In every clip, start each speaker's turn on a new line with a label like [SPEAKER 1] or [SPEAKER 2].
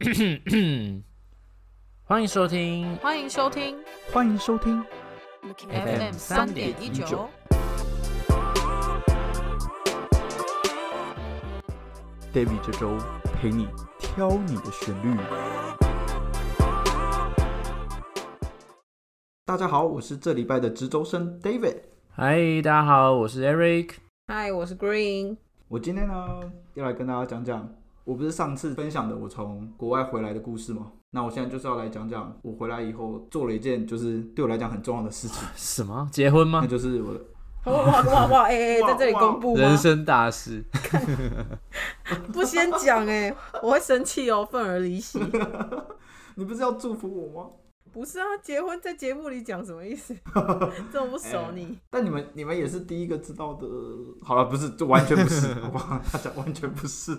[SPEAKER 1] 欢迎收听
[SPEAKER 2] 欢迎收听
[SPEAKER 3] 欢迎收听
[SPEAKER 2] FM 三点一九。
[SPEAKER 3] David 这周陪你挑你的旋律。大家好，我是这礼拜的值周生 David。
[SPEAKER 1] 嗨，大家好，我是 Eric。
[SPEAKER 2] 嗨，我是 Green。
[SPEAKER 3] 我今天呢要来跟大家讲讲，我不是上次分享的我从国外回来的故事吗？那我现在就是要来讲讲我回来以后做了一件就是对我来讲很重要的事情，
[SPEAKER 1] 什么？结婚
[SPEAKER 3] 那
[SPEAKER 4] 啊
[SPEAKER 1] 吗？
[SPEAKER 3] 就是我的
[SPEAKER 2] 哇 哇哇哇！哎、哎，
[SPEAKER 3] 哇
[SPEAKER 2] 在这里公布吗
[SPEAKER 4] 人？生大事，
[SPEAKER 2] 不先讲哎、我会生气哦，愤而离席。
[SPEAKER 3] 你不是要祝福我吗？
[SPEAKER 2] 不是啊，结婚在节目里讲什么意思？这么不熟你？
[SPEAKER 3] 但你们你们也是第一个知道的。好了，不是，这完全 不是，好不好？大家完全不是，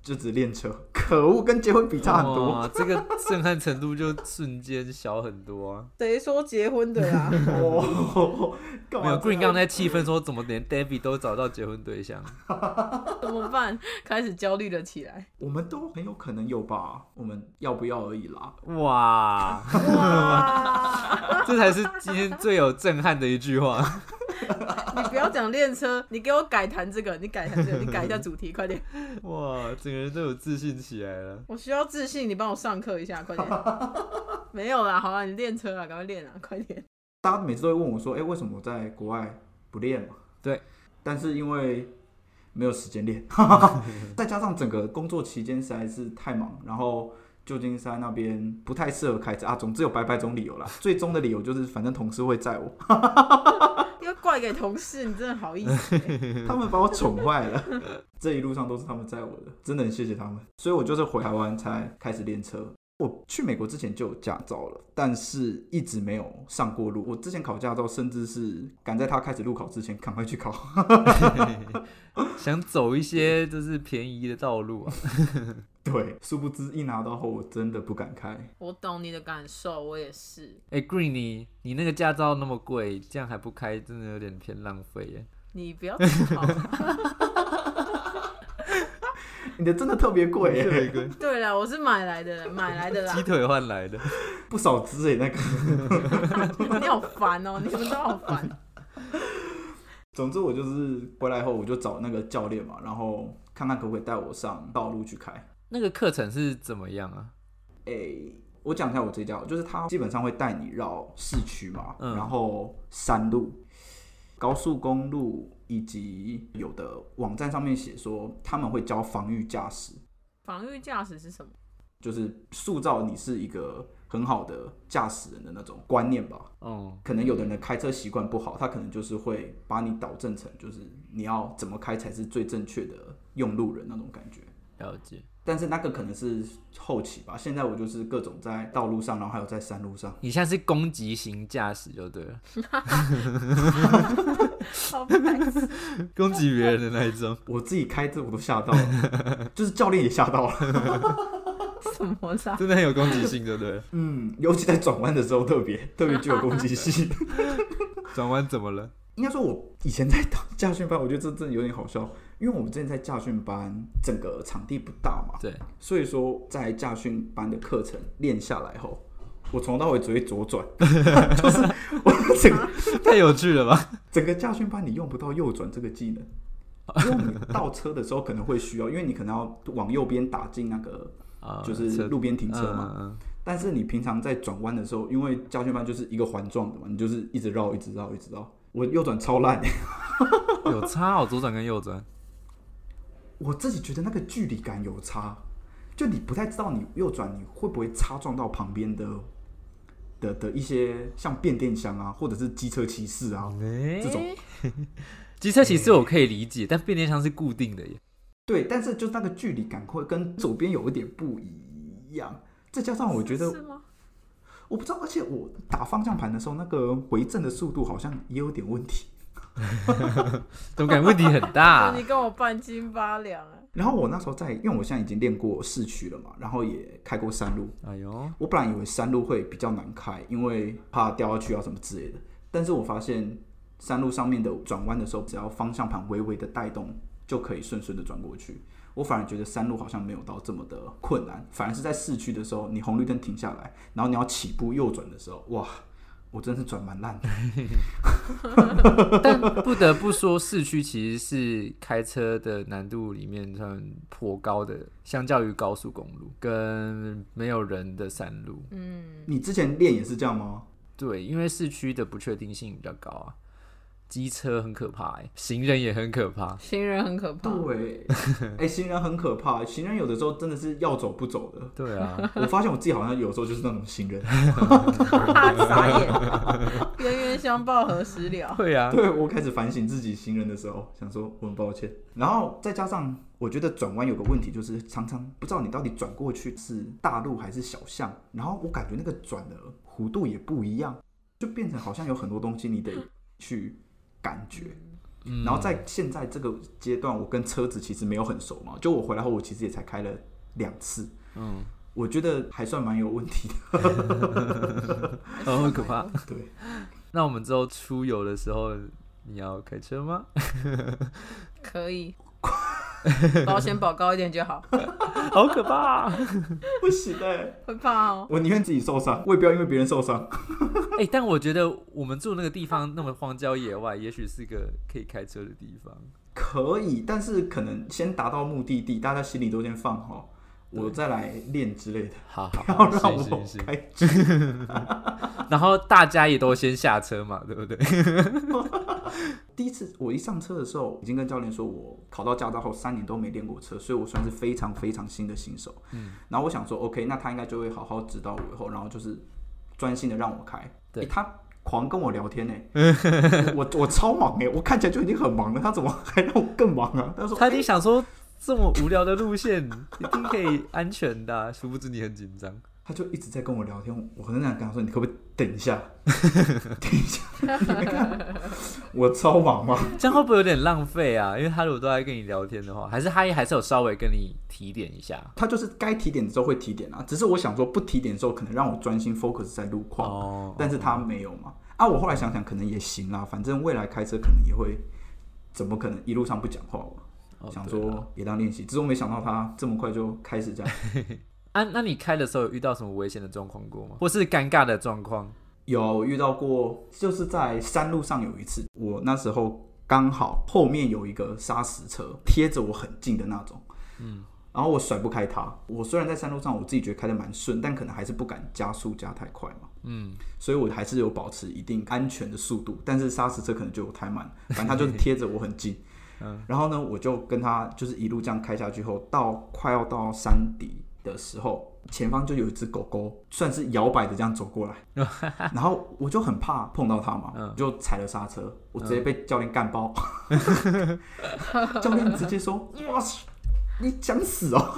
[SPEAKER 3] 就只练车，可恶，跟结婚比差很多。
[SPEAKER 4] 哇，这 个震撼程度就瞬间小很多、 啊。
[SPEAKER 2] 谁说结婚的啊啦？
[SPEAKER 3] 哦，干
[SPEAKER 4] 没
[SPEAKER 3] 嘛
[SPEAKER 4] 有
[SPEAKER 3] 这
[SPEAKER 4] Green
[SPEAKER 3] 样？
[SPEAKER 4] 刚才气愤说，怎么连 David 都找到结婚对象？
[SPEAKER 2] 怎么办？开始焦虑了起来。
[SPEAKER 3] 我们都很有可能有吧，我们要不要而已啦。
[SPEAKER 4] 哇，
[SPEAKER 2] 哇！
[SPEAKER 4] 这才是今天最有震撼的一句话。
[SPEAKER 2] 你不要讲练车，你给我改谈这个，你改谈这个，你改一下主题，快点！
[SPEAKER 4] 哇，整个人都有自信起来了。
[SPEAKER 2] 我需要自信，你帮我上课一下，快点！没有啦，好啦，你练车啦，赶快练啊，快点！
[SPEAKER 3] 大家每次都会问我说，哎、为什么我在国外不练嘛？
[SPEAKER 4] 对，
[SPEAKER 3] 但是因为没有时间练，再加上整个工作期间实在是太忙，然后旧金山那边不太适合开车啊，总之有百百种理由啦。最终的理由就是，反正同事会载我，
[SPEAKER 2] 要怪给同事，你真的好意 思、欸？
[SPEAKER 3] 他们把我宠坏了。 这一路上都是他们载我的，真的很谢谢他们。所以我就是回台湾才开始练车。我去美国之前就有驾照了，但是一直没有上过路。我之前考驾照，甚至是赶在他开始路考之前赶快去考。
[SPEAKER 4] 想走一些就是便宜的道路啊，
[SPEAKER 3] 对，殊不知一拿到后，我真的不敢开。
[SPEAKER 2] 我懂你的感受，我也是。
[SPEAKER 4] 哎、g r e e n 你你那个驾照那么贵，这样还不开，真的有点偏浪费耶。
[SPEAKER 2] 你不要自嘲。
[SPEAKER 3] 你的真的特别 贵耶，
[SPEAKER 4] 一个
[SPEAKER 2] 对了，我是买来的，买来的啦
[SPEAKER 4] 鸡。腿换来的，
[SPEAKER 3] 不少支哎，那个。
[SPEAKER 2] 你好烦哦、你们都好烦。
[SPEAKER 3] 总之我就是回来后，我就找那个教练嘛，然后看看可不可以带我上道路去开。
[SPEAKER 4] 那个课程是怎么样啊？
[SPEAKER 3] 诶、我讲一下我这家，哦就是他基本上会带你绕市区嘛，
[SPEAKER 4] 嗯
[SPEAKER 3] 然后山路、高速公路，以及有的网站上面写说他们会教防御驾驶，
[SPEAKER 2] 防御驾驶是什么？
[SPEAKER 3] 就是塑造你是一个很好的驾驶人的那种观念吧。
[SPEAKER 4] 哦、
[SPEAKER 3] 可能有的人的开车习惯不好，他可能就是会把你导正成就是你要怎么开才是最正确的用路人那种感觉。
[SPEAKER 4] 了解。
[SPEAKER 3] 但是那个可能是后期吧，现在我就是各种在道路上，然后还有在山路上。
[SPEAKER 4] 你现在是攻击型驾驶就对了，
[SPEAKER 2] 好白痴。
[SPEAKER 4] 攻击别人的那一种。
[SPEAKER 3] 我自己开这我都吓到了， 就是教练也吓到了。
[SPEAKER 2] 什么啦？
[SPEAKER 4] 真的很有攻击性，对不对？
[SPEAKER 3] 嗯，尤其在转弯的时候特别特别具有攻击性。
[SPEAKER 4] 转弯怎么了？
[SPEAKER 3] 应该说，我以前在当驾训班，我觉得这真的有点好笑，因为我们之前在驾训班，整个场地不大嘛，
[SPEAKER 4] 对，
[SPEAKER 3] 所以说在驾训班的课程练下来后，我从头到尾只会左转，就是我整个
[SPEAKER 4] 太有趣了吧？
[SPEAKER 3] 整个驾训班你用不到右转这个技能。因为你倒车的时候可能会需要，因为你可能要往右边打进那个，
[SPEAKER 4] 啊嗯
[SPEAKER 3] 就是路边停车嘛。
[SPEAKER 4] 嘛。
[SPEAKER 3] 但是你平常在转弯的时候，因为加圈班就是一个环状的嘛，你就是一直绕，一直绕，一直绕。我右转超烂，
[SPEAKER 4] 嗯 嗯有差哦，左转跟右转。
[SPEAKER 3] 我自己觉得那个距离感有差，就你不太知道你右转你会不会擦撞到旁边的的的一些像变电箱啊，或者是机车骑士啊。
[SPEAKER 4] 哎
[SPEAKER 3] 这种
[SPEAKER 4] 机车其实我可以理解，但变电箱是固定的 耶。
[SPEAKER 3] 对，但是就是那个距离感会跟左边有一点不一样，再加上我觉得
[SPEAKER 2] 是吗？
[SPEAKER 3] 我不知道，而且我打方向盘的时候，那个回正的速度好像也有点问题。
[SPEAKER 4] 怎么感觉问题很
[SPEAKER 3] 啊
[SPEAKER 4] 大
[SPEAKER 2] 你？跟我半斤八两啊！
[SPEAKER 3] 然后我那时候在，因为我现在已经练过市区了嘛，然后也开过山路。
[SPEAKER 4] 哎呦，
[SPEAKER 3] 我本来以为山路会比较难开，因为怕掉下去啊什么之类的。但是我发现山路上面的转弯的时候，只要方向盘微微的带动，就可以顺顺的转过去。我反而觉得山路好像没有到这么的困难，反而是在市区的时候，你红绿灯停下来，然后你要起步右转的时候，哇，我真是转蛮烂的。
[SPEAKER 4] 但 不得不说，市区其实是开车的难度里面算颇高的，相较于高速公路跟没有人的山路。
[SPEAKER 2] 嗯，
[SPEAKER 3] 你之前练也是这样吗？
[SPEAKER 4] 对，因为市区的不确定性比较高啊，机车很可怕、欸，行人也很可怕。
[SPEAKER 2] 行人很可怕。
[SPEAKER 3] 对，哎、行人很可怕，行人有的时候真的是要走不走的。
[SPEAKER 4] 对 啊，
[SPEAKER 3] 我发现我自己好像有时候就是那种行人，
[SPEAKER 2] 傻眼， 冤冤相报何时了？
[SPEAKER 4] 对啊，
[SPEAKER 3] 对我开始反省自己行人的时候，想说我很抱歉。然后再加上我觉得转弯有个问题，就是常常不知道你到底转过去是大路还是小巷，然后我感觉那个转的弧度也不一样，就变成好像有很多东西你得去感觉。
[SPEAKER 4] 嗯
[SPEAKER 3] 然后在现在这个阶段，我跟车子其实没有很熟嘛，就我回来后，我其实也才开了两次，
[SPEAKER 4] 嗯，
[SPEAKER 3] 我觉得还算蛮有问题的。
[SPEAKER 4] 哦，很可怕。
[SPEAKER 3] 对，
[SPEAKER 4] 那我们之后出游的时候，你要开车吗？
[SPEAKER 2] 可 以，保险保高一点就好，
[SPEAKER 4] 好可怕、啊！
[SPEAKER 3] 不行哎、
[SPEAKER 2] 会怕哦。
[SPEAKER 3] 我宁愿自己受伤，我也不要因为别人受伤。
[SPEAKER 4] 哎、但我觉得我们住那个地方那么荒郊野外，也许是个可以开车的地方。
[SPEAKER 3] 可以，但是可能先达到目的地，大家心里都先放好，我再来练之类的，
[SPEAKER 4] 好 好
[SPEAKER 3] 不要让
[SPEAKER 4] 是
[SPEAKER 3] 我
[SPEAKER 4] 是是。
[SPEAKER 3] 开。
[SPEAKER 4] 然后大家也都先下车嘛，对不 对？
[SPEAKER 3] 第一次我一上车的时候，已经跟教练说我考到驾照后三年都没练过车，所以我算是非常非常新的新手。嗯，然后我想说，OK，那他应该就会好好指导我以后，然后就是专心的让我开。
[SPEAKER 4] 对
[SPEAKER 3] 诶他狂跟我聊天呢、我我超忙哎、我看起来就已经很忙了，他怎么还让我更忙啊？他说
[SPEAKER 4] 他一定想说，这么无聊的路线一定可以安全的啊、殊不知你很紧张。
[SPEAKER 3] 他就一直在跟我聊天，我很想跟他说，你可不可以等一下， 等一下，你没看我超忙吗？
[SPEAKER 4] 这样会不会有点浪费啊？因为他如果都在跟你聊天的话，还是他也还是有稍微跟你提点一下。
[SPEAKER 3] 他就是该提点的时候会提点啊，只是我想说不提点的时候，可能让我专心 focus 在路况，
[SPEAKER 4] 哦
[SPEAKER 3] 但是他没有嘛。啊，我后来想想，可能也行啦，反正未来开车可能也会，怎么可能一路上不讲话嘛？
[SPEAKER 4] 哦
[SPEAKER 3] 想
[SPEAKER 4] 对啊
[SPEAKER 3] 说也当练习，只是我没想到他这么快就开始这样。
[SPEAKER 4] 啊，那你开的时候有遇到什么危险的状况过吗？或是尴尬的状况？
[SPEAKER 3] 有我遇到过，就是在山路上有一次，我那时候刚好后面有一个砂石车贴着我很近的那种，嗯，然后我甩不开它。我虽然在山路上我自己觉得开的蛮顺，但可能还是不敢加速加太快嘛，
[SPEAKER 4] 嗯，
[SPEAKER 3] 所以我还是有保持一定安全的速度，但是砂石车可能就有太 慢，反正它就是贴着我很近。嗯，然后呢，我就跟他就是一路这样开下去后，到快要到山底的时候，前方就有一只狗狗，算是摇摆的这样走过来，然后我就很怕碰到他嘛，我就踩了刹车，我直接被教练干爆。 教练直接说：“哇，你想死哦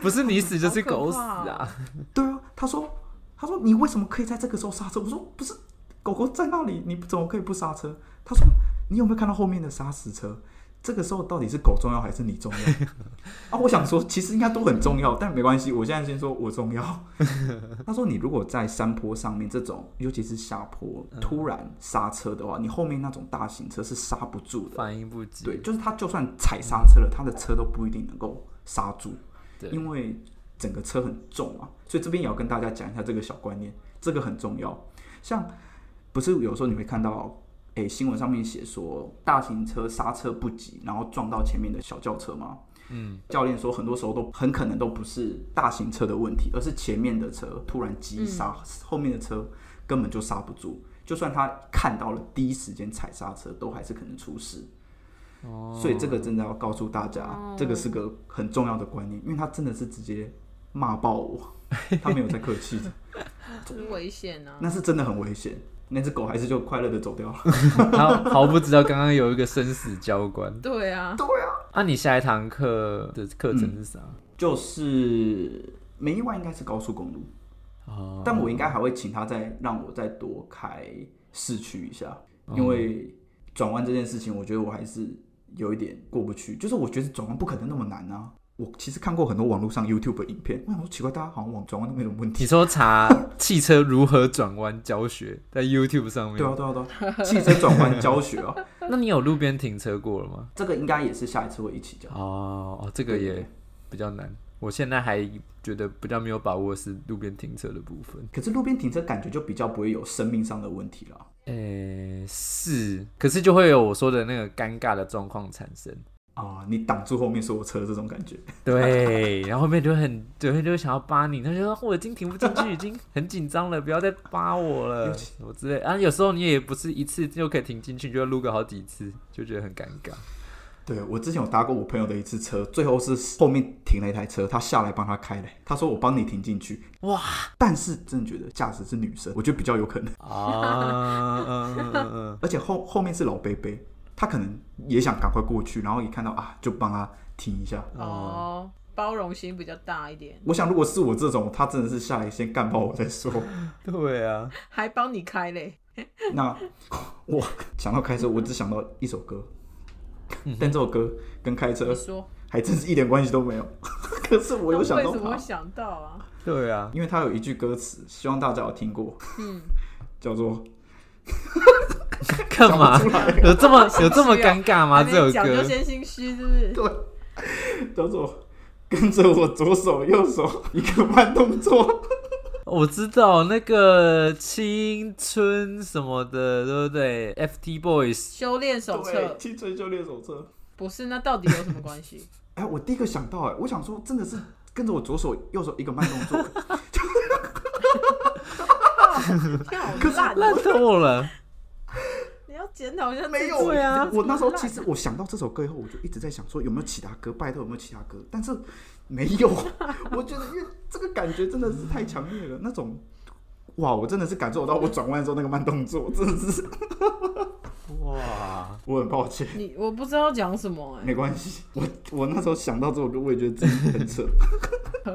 [SPEAKER 4] 不是你死就是狗死
[SPEAKER 2] 好可怕
[SPEAKER 4] 啊！！”
[SPEAKER 3] 对啊，他说：“他说你为什么可以在这个时候刹车？”我说：“不是，狗狗在那里，你怎么可以不刹车？”他说：“你有没有看到后面的砂石车？这个时候到底是狗重要还是你重要？” 啊，我想说，其实应该都很重要，但没关系，我现在先说我重要。他说：“你如果在山坡上面这种，尤其是下坡，突然刹车的话，你后面那种大型车是刹不住的。”
[SPEAKER 4] 反应不及，
[SPEAKER 3] 对，就是他就算踩刹车了，他的车都不一定能够刹住，
[SPEAKER 4] 对
[SPEAKER 3] 因为整个车很重嘛。所以这边也要跟大家讲一下这个小观念，这个很重要。像不是有时候你会看到，诶、新闻上面写说大型车刹车不及，然后撞到前面的小轿车吗？嗯，教练说很多时候都很可能都不是大型车的问题，而是前面的车突然急刹，后面的车根本就刹不住。就算他看到了第一时间踩刹车，都还是可能出事。所以这个真的要告诉大家，这个是个很重要的观念，因为他真的是直接骂爆我，他没有在客气的，
[SPEAKER 2] 很危险啊！
[SPEAKER 3] 那是真的很危险。那只狗还是就快乐的走掉了。
[SPEAKER 4] 他毫不知道刚刚有一个生死交关。
[SPEAKER 2] 对啊，
[SPEAKER 4] 啊，你下一堂课的课程是啥？
[SPEAKER 3] 就是没意外应该是高速公路，
[SPEAKER 4] 哦，
[SPEAKER 3] 嗯但我应该还会请他再让我再多开市区一下，
[SPEAKER 4] 嗯哦
[SPEAKER 3] 因为转弯这件事情，我觉得我还是有一点过不去。就是我觉得转弯不可能那么难啊，我其实看过很多网络上 YouTube 影片，我想说奇怪，大家好像网转弯都没什么问题
[SPEAKER 4] 你。说查汽车如何转弯教学在 YouTube 上面，
[SPEAKER 3] 对啊，对啊，对啊，汽车转弯教学啊，
[SPEAKER 4] 那你有路边停车过了吗？
[SPEAKER 3] 这个应该也是下一次会一起讲。
[SPEAKER 4] 哦，哦 这个也比较难。我现在还觉得比较没有把握是路边停车的部分。
[SPEAKER 3] 可是路边停车感觉就比较不会有生命上的问题了。
[SPEAKER 4] 诶、是，可是就会有我说的那个尴尬的状况产生。
[SPEAKER 3] 啊，你挡住后面所有车这种感觉，
[SPEAKER 4] 对， 然后后面就很，对，就会想要扒你，他就说哦我已经停不进去，已经很紧张了，不要再扒我了，什么之类。啊，有时候你也不是一次就可以停进去，你就要撸个好几次，就觉得很尴尬。
[SPEAKER 3] 对我之前有搭过我朋友的一次车，最后是后面停了一台车，他下来帮他开的，他说我帮你停进去，
[SPEAKER 4] 哇！
[SPEAKER 3] 但是真的觉得驾驶是女生，我觉得比较有可能，
[SPEAKER 4] 啊，嗯嗯嗯嗯，
[SPEAKER 3] 而且后后面是老贝贝，他可能也想赶快过去，然后一看到啊，就帮他停一下。
[SPEAKER 2] 哦，包容心比较大一点，
[SPEAKER 3] 我想如果是我这种，他真的是下来先干爆我再说。
[SPEAKER 4] 对啊，
[SPEAKER 2] 还帮你开嘞。
[SPEAKER 3] 那我想到开车，我只想到一首歌，但这首歌跟开车
[SPEAKER 2] 你说，
[SPEAKER 3] 还真是一点关系都没有。 可是呃我有
[SPEAKER 2] 那
[SPEAKER 3] 想
[SPEAKER 2] 为
[SPEAKER 3] 到
[SPEAKER 2] 什么
[SPEAKER 3] 它
[SPEAKER 2] 会。想到啊？
[SPEAKER 4] 对啊，
[SPEAKER 3] 因为它有一句歌词，希望大家有听过，
[SPEAKER 2] 嗯，
[SPEAKER 3] 叫做
[SPEAKER 4] 干嘛
[SPEAKER 3] 讲不出来？
[SPEAKER 4] 有这么有这么尴尬吗？
[SPEAKER 2] 还
[SPEAKER 4] 这
[SPEAKER 2] 没
[SPEAKER 4] 首
[SPEAKER 2] 讲就
[SPEAKER 4] 歌
[SPEAKER 2] 先心虚，是不是？
[SPEAKER 3] 叫做跟着我左手右手一个慢动作，
[SPEAKER 4] 我知道那个青春什么的，对不对？FT Boys
[SPEAKER 2] 修炼手
[SPEAKER 3] 对，
[SPEAKER 2] 册
[SPEAKER 3] 青春修炼手册。
[SPEAKER 2] 不是？那到底有什么关系？
[SPEAKER 3] 哎，我第一个想到，哎，我想说真的是跟着我左手右手一个慢动 作，
[SPEAKER 2] 跳烂
[SPEAKER 4] 烂
[SPEAKER 2] 了，
[SPEAKER 4] 透了，
[SPEAKER 2] 你要检讨一下自己。
[SPEAKER 3] 没有
[SPEAKER 4] 对啊
[SPEAKER 3] 我那时候其实我想到这首歌以后，我就一直在想说有没有其他歌，拜托有没有其他歌，但是没 有，我觉得因为这个感觉真的是太强烈了，那种。哇！我真的是感受到我转弯的时候那个慢动作，真的是，
[SPEAKER 4] 哇！
[SPEAKER 3] 我很抱歉。
[SPEAKER 2] 你我不知道讲什么哎、
[SPEAKER 3] 没关系，我我那时候想到这首歌，我也觉得自己很扯。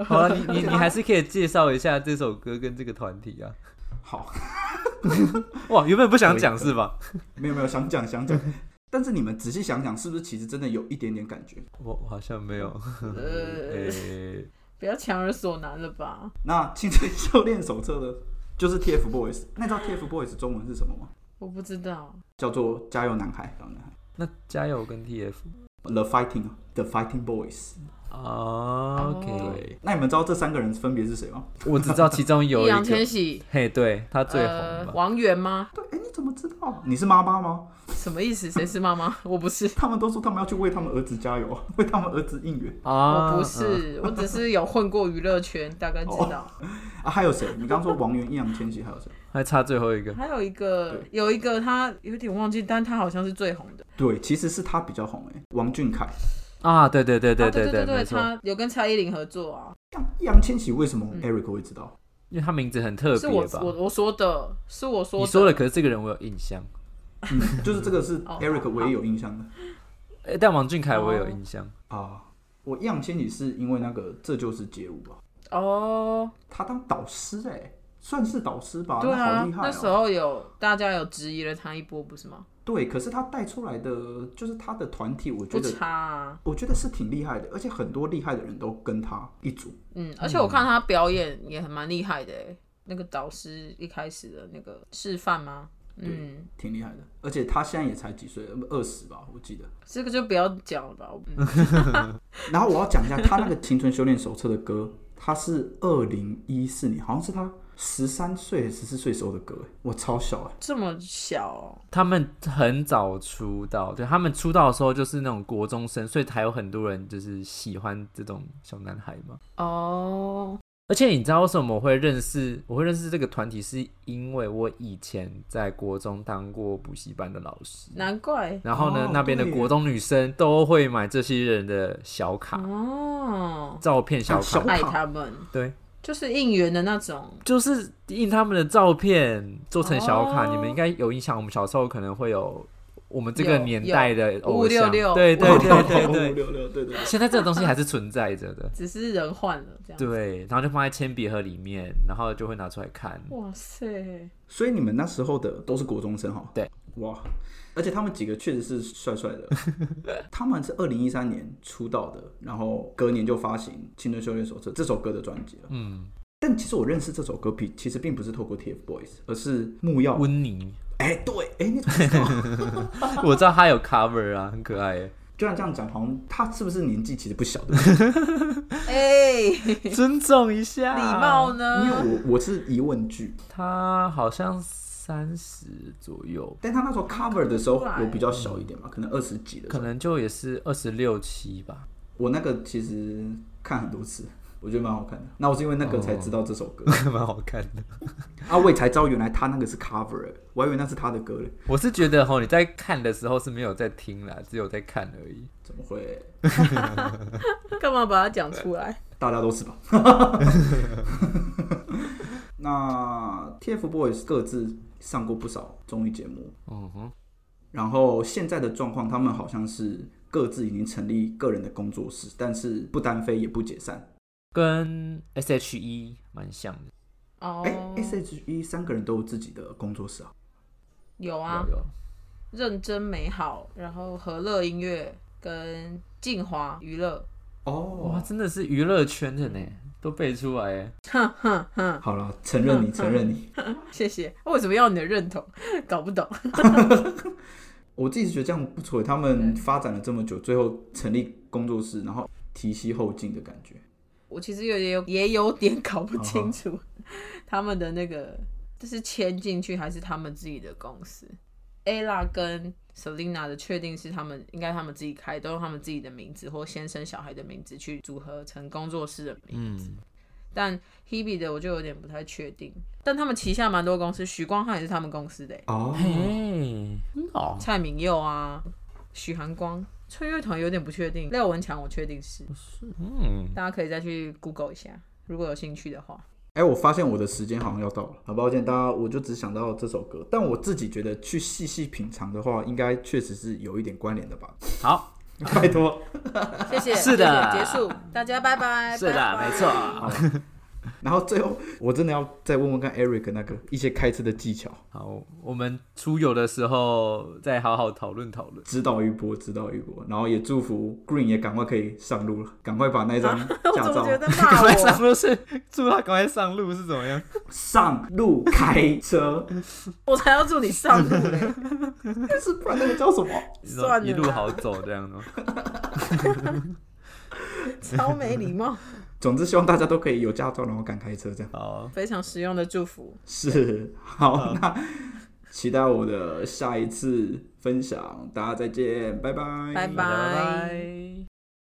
[SPEAKER 4] 好了，你你你还是可以介绍一下这首歌跟这个团体啊。
[SPEAKER 3] 好，
[SPEAKER 4] 哇，原本不想讲是吧？
[SPEAKER 3] 没有没有，想讲想讲， 但是你们仔细想想，是不是其实真的有一点点感觉？
[SPEAKER 4] 我我好像没有。嗯
[SPEAKER 2] 呃，
[SPEAKER 4] 诶，
[SPEAKER 2] 不要强人所难了吧？
[SPEAKER 3] 那《青春修炼手册》的， 就是 TFBOYS。那你知道 TFBOYS 中文是什么吗？
[SPEAKER 2] 我不知道，
[SPEAKER 3] 叫做《加油男孩》，加油男孩
[SPEAKER 4] 那加油跟 TF
[SPEAKER 3] ，The Fighting 啊，The Fighting Boys。
[SPEAKER 4] 啊，OK，
[SPEAKER 3] 那你们知道这三个人分别是谁吗？
[SPEAKER 4] 我只知道其中有
[SPEAKER 2] 易
[SPEAKER 4] 一
[SPEAKER 2] 烊千
[SPEAKER 4] 个，
[SPEAKER 2] 玺，
[SPEAKER 4] 嘿，对他最
[SPEAKER 2] 呃
[SPEAKER 4] 红，吧？
[SPEAKER 2] 王源吗？
[SPEAKER 3] 对，哎，你怎么知道？你是妈妈吗？
[SPEAKER 2] 什么意思？谁是妈妈？我不是，
[SPEAKER 3] 他们都说他们要去为他们儿子加油， 为他们儿子应援
[SPEAKER 4] 啊，
[SPEAKER 2] 我不
[SPEAKER 4] 嗯
[SPEAKER 2] 是，我只是有混过娱乐圈，大概知道。
[SPEAKER 3] 啊。还有谁？你刚刚说王源、易烊千玺，还有谁？
[SPEAKER 4] 还差最后一个。
[SPEAKER 2] 还有一个，有一个他有点忘记，但他好像是最红的。
[SPEAKER 3] 对，其实是他比较红诶，王俊凯。
[SPEAKER 4] 啊，对对对
[SPEAKER 2] 啊
[SPEAKER 4] 对
[SPEAKER 2] 对
[SPEAKER 4] 对，
[SPEAKER 2] 对，
[SPEAKER 4] 没错，
[SPEAKER 2] 他有跟蔡依林合作啊，
[SPEAKER 3] 易烊千玺为什么 Eric 会知道？
[SPEAKER 4] 因为他名字很特
[SPEAKER 2] 是
[SPEAKER 4] 别
[SPEAKER 2] 我
[SPEAKER 4] 吧？
[SPEAKER 2] 我我说的，是我说
[SPEAKER 4] 你
[SPEAKER 2] 的。
[SPEAKER 4] 说了，可是这个人我有印象，
[SPEAKER 3] 嗯，就是这个是
[SPEAKER 2] 哦
[SPEAKER 3] Eric 唯一有印象的
[SPEAKER 4] 诶但王俊凯我也有印
[SPEAKER 2] 哦
[SPEAKER 4] 象。
[SPEAKER 3] 啊。我易烊千玺是因为那个《这就是街舞》吧，
[SPEAKER 2] 哦，
[SPEAKER 3] 他当导师哎、算是导师吧，
[SPEAKER 2] 对
[SPEAKER 3] 那
[SPEAKER 2] 啊
[SPEAKER 3] 好厉，害、哦。
[SPEAKER 2] 那时候有大家有质疑了他一波，不是吗？
[SPEAKER 3] 对，可是他带出来的就是他的团体，我
[SPEAKER 2] 不
[SPEAKER 3] 觉得
[SPEAKER 2] 差啊，
[SPEAKER 3] 我觉得是挺厉害的，而且很多厉害的人都跟他一组。
[SPEAKER 2] 嗯，而且我看他表演也很蛮厉害的欸，那个导师一开始的那个示范吗？嗯，
[SPEAKER 3] 挺厉害的，而且他现在也才几岁，二十吧，我记得。
[SPEAKER 2] 这个就不要讲了吧。嗯
[SPEAKER 3] 然后我要讲一下他那个《青春修炼手册》的歌，他是二零一四年，好像是他十三岁、十四岁时候的歌，哎我超小哎、
[SPEAKER 2] 这么小哦，
[SPEAKER 4] 他们很早出道，对他们出道的时候就是那种国中生，所以才有很多人就是喜欢这种小男孩嘛。
[SPEAKER 2] 哦，
[SPEAKER 4] 而且你知道为什么我会认识我会认识这个团体，是因为我以前在国中当过补习班的老师，
[SPEAKER 2] 难怪
[SPEAKER 4] 然后呢，
[SPEAKER 3] 哦
[SPEAKER 4] 那边的
[SPEAKER 3] 对耶
[SPEAKER 4] 国中女生都会买这些人的小卡、
[SPEAKER 2] 嗯哦，
[SPEAKER 4] 照片小
[SPEAKER 3] 啊小
[SPEAKER 4] 卡，
[SPEAKER 2] 爱他们
[SPEAKER 4] 对，
[SPEAKER 2] 就是应援的那种，
[SPEAKER 4] 就是印他们的照片做成小卡，
[SPEAKER 2] 哦
[SPEAKER 4] 你们应该有印象。我们小时候可能会有我们这个
[SPEAKER 2] 有
[SPEAKER 4] 年代的偶像，
[SPEAKER 2] 566
[SPEAKER 4] 对对对 对
[SPEAKER 3] 五
[SPEAKER 4] 对。
[SPEAKER 3] 六六，对对对。
[SPEAKER 4] 现在这个东西还是存在着的，
[SPEAKER 2] 只是人换了这样。
[SPEAKER 4] 对。然后就放在铅笔盒里面，然后就会拿出来看。
[SPEAKER 2] 哇塞，
[SPEAKER 3] 所以你们那时候的都是国中生哈？
[SPEAKER 4] 对。
[SPEAKER 3] 哇！而且他们几个确实是帅帅 的，他们是二零一三年出道的，然后隔年就发行《青春修炼手册》这首歌的专辑了。
[SPEAKER 4] 嗯，
[SPEAKER 3] 但其实我认识这首歌，并其实并不是透过 TFBOYS，而是木曜。
[SPEAKER 4] 温妮，
[SPEAKER 3] 哎、对，哎、你怎 么知道？
[SPEAKER 4] 我知道他有 cover 啊，很可爱耶，
[SPEAKER 3] 就然这样讲，好像他是不是年纪其实不小的？
[SPEAKER 2] 哎，礼
[SPEAKER 4] 尊重一下，
[SPEAKER 2] 哎貌。呢
[SPEAKER 3] 因？为 我我是疑问句，
[SPEAKER 4] 他好像三十左右，
[SPEAKER 3] 但他那时候 cover 的时候
[SPEAKER 2] 看不出来
[SPEAKER 3] 我比较小一点嘛，可能二十几的时
[SPEAKER 4] 可
[SPEAKER 3] 候。
[SPEAKER 4] 能就也是二十六七吧。
[SPEAKER 3] 我那个其实看很多次，我觉得蛮好看的。那我是因为那
[SPEAKER 4] 哦
[SPEAKER 3] 个才知道这首歌，
[SPEAKER 4] 蛮好看的。
[SPEAKER 3] 啊，我也才知道原来他那个是 cover，欸我还以为那是他的歌嘞，
[SPEAKER 4] 我是觉得吼，你在看的时候是没有在听啦，只有在看而已。
[SPEAKER 3] 怎么会？
[SPEAKER 2] 干嘛把它讲出来？
[SPEAKER 3] 大家都是吧？ 那 TFBOYS 各自上过不少综艺节目，
[SPEAKER 4] 嗯哼，
[SPEAKER 3] 然后现在的状况，他们好像是各自已经成立个人的工作室，但是不单飞也不解散。
[SPEAKER 4] 跟 S.H.E 蛮像的。
[SPEAKER 2] 哦
[SPEAKER 3] 哎、，s H E 三个人都有自己的工作室啊，
[SPEAKER 2] 有啊
[SPEAKER 4] 有，有
[SPEAKER 2] 认真美好，然后和乐音乐跟静华娱乐，
[SPEAKER 4] 哇，
[SPEAKER 3] 哦，
[SPEAKER 4] 真的是娱乐圈的呢，都背出来耶。
[SPEAKER 2] 哼哼哼，
[SPEAKER 3] 好了，承认你，承认你。
[SPEAKER 2] 谢谢。为什么要你的认同？搞不懂。
[SPEAKER 3] 我自己是觉得这样不错，他们发展了这么久，最后成立工作室，然后提膝后进的感觉。
[SPEAKER 2] 我其实有也有 也有点搞不清楚 他们的那个，这是签进去还是他们自己的公司？ella 跟 Selina 的确定是他们应该他们自己开，都用他们自己的名字或先生小孩的名字去组合成工作室的
[SPEAKER 4] 嗯
[SPEAKER 2] 名字。但 Hebe 的我就有点不太确定，但他们旗下蛮多公司，许光汉也是他们公司的欸、
[SPEAKER 3] 哦
[SPEAKER 4] 嘿，哦，
[SPEAKER 2] 蔡明佑啊，许寒光。吹乐团有点不确定，廖文强我确定是，
[SPEAKER 4] 嗯，
[SPEAKER 2] 大家可以再去 Google 一下，如果有兴趣的话。
[SPEAKER 3] 哎、我发现我的时间好像要到了，很抱歉，大家我就只想到这首歌，但我自己觉得去细细品尝的话，应该确实是有一点关联的吧。
[SPEAKER 4] 好，
[SPEAKER 3] 拜托，
[SPEAKER 2] 谢谢，
[SPEAKER 4] 是的
[SPEAKER 2] 谢谢结束，大家拜拜。
[SPEAKER 4] 是
[SPEAKER 2] 拜
[SPEAKER 4] 的，
[SPEAKER 2] 哎拜
[SPEAKER 4] 没错。
[SPEAKER 3] 然后最后我真的要再问问看 Eric 那个一些开车的技巧，
[SPEAKER 4] 好，我们出游的时候再好好讨论讨论。
[SPEAKER 3] 指导一波，指导一波，然后也祝福 Green 也赶快可以上路了，赶快把那 张
[SPEAKER 2] 我
[SPEAKER 3] 驾
[SPEAKER 2] 怎
[SPEAKER 3] 照
[SPEAKER 2] 么觉得
[SPEAKER 4] 赶
[SPEAKER 2] 骂
[SPEAKER 4] 快
[SPEAKER 2] 啊我？
[SPEAKER 4] 上路是祝他赶快上路是怎么样？
[SPEAKER 3] 上路开车，
[SPEAKER 2] 我才要祝你上路嘞！
[SPEAKER 3] 但是不然那个叫什么？
[SPEAKER 2] 算了
[SPEAKER 4] 一路好走这样的吗。
[SPEAKER 2] 超没礼貌，
[SPEAKER 3] 总之希望大家都可以有驾照，然后敢开车这样。
[SPEAKER 4] 哦好，
[SPEAKER 2] 非常实用的祝福。
[SPEAKER 3] 是，好，那期待我的下一次分享，大家再见，拜拜，
[SPEAKER 2] 拜拜
[SPEAKER 4] 拜拜。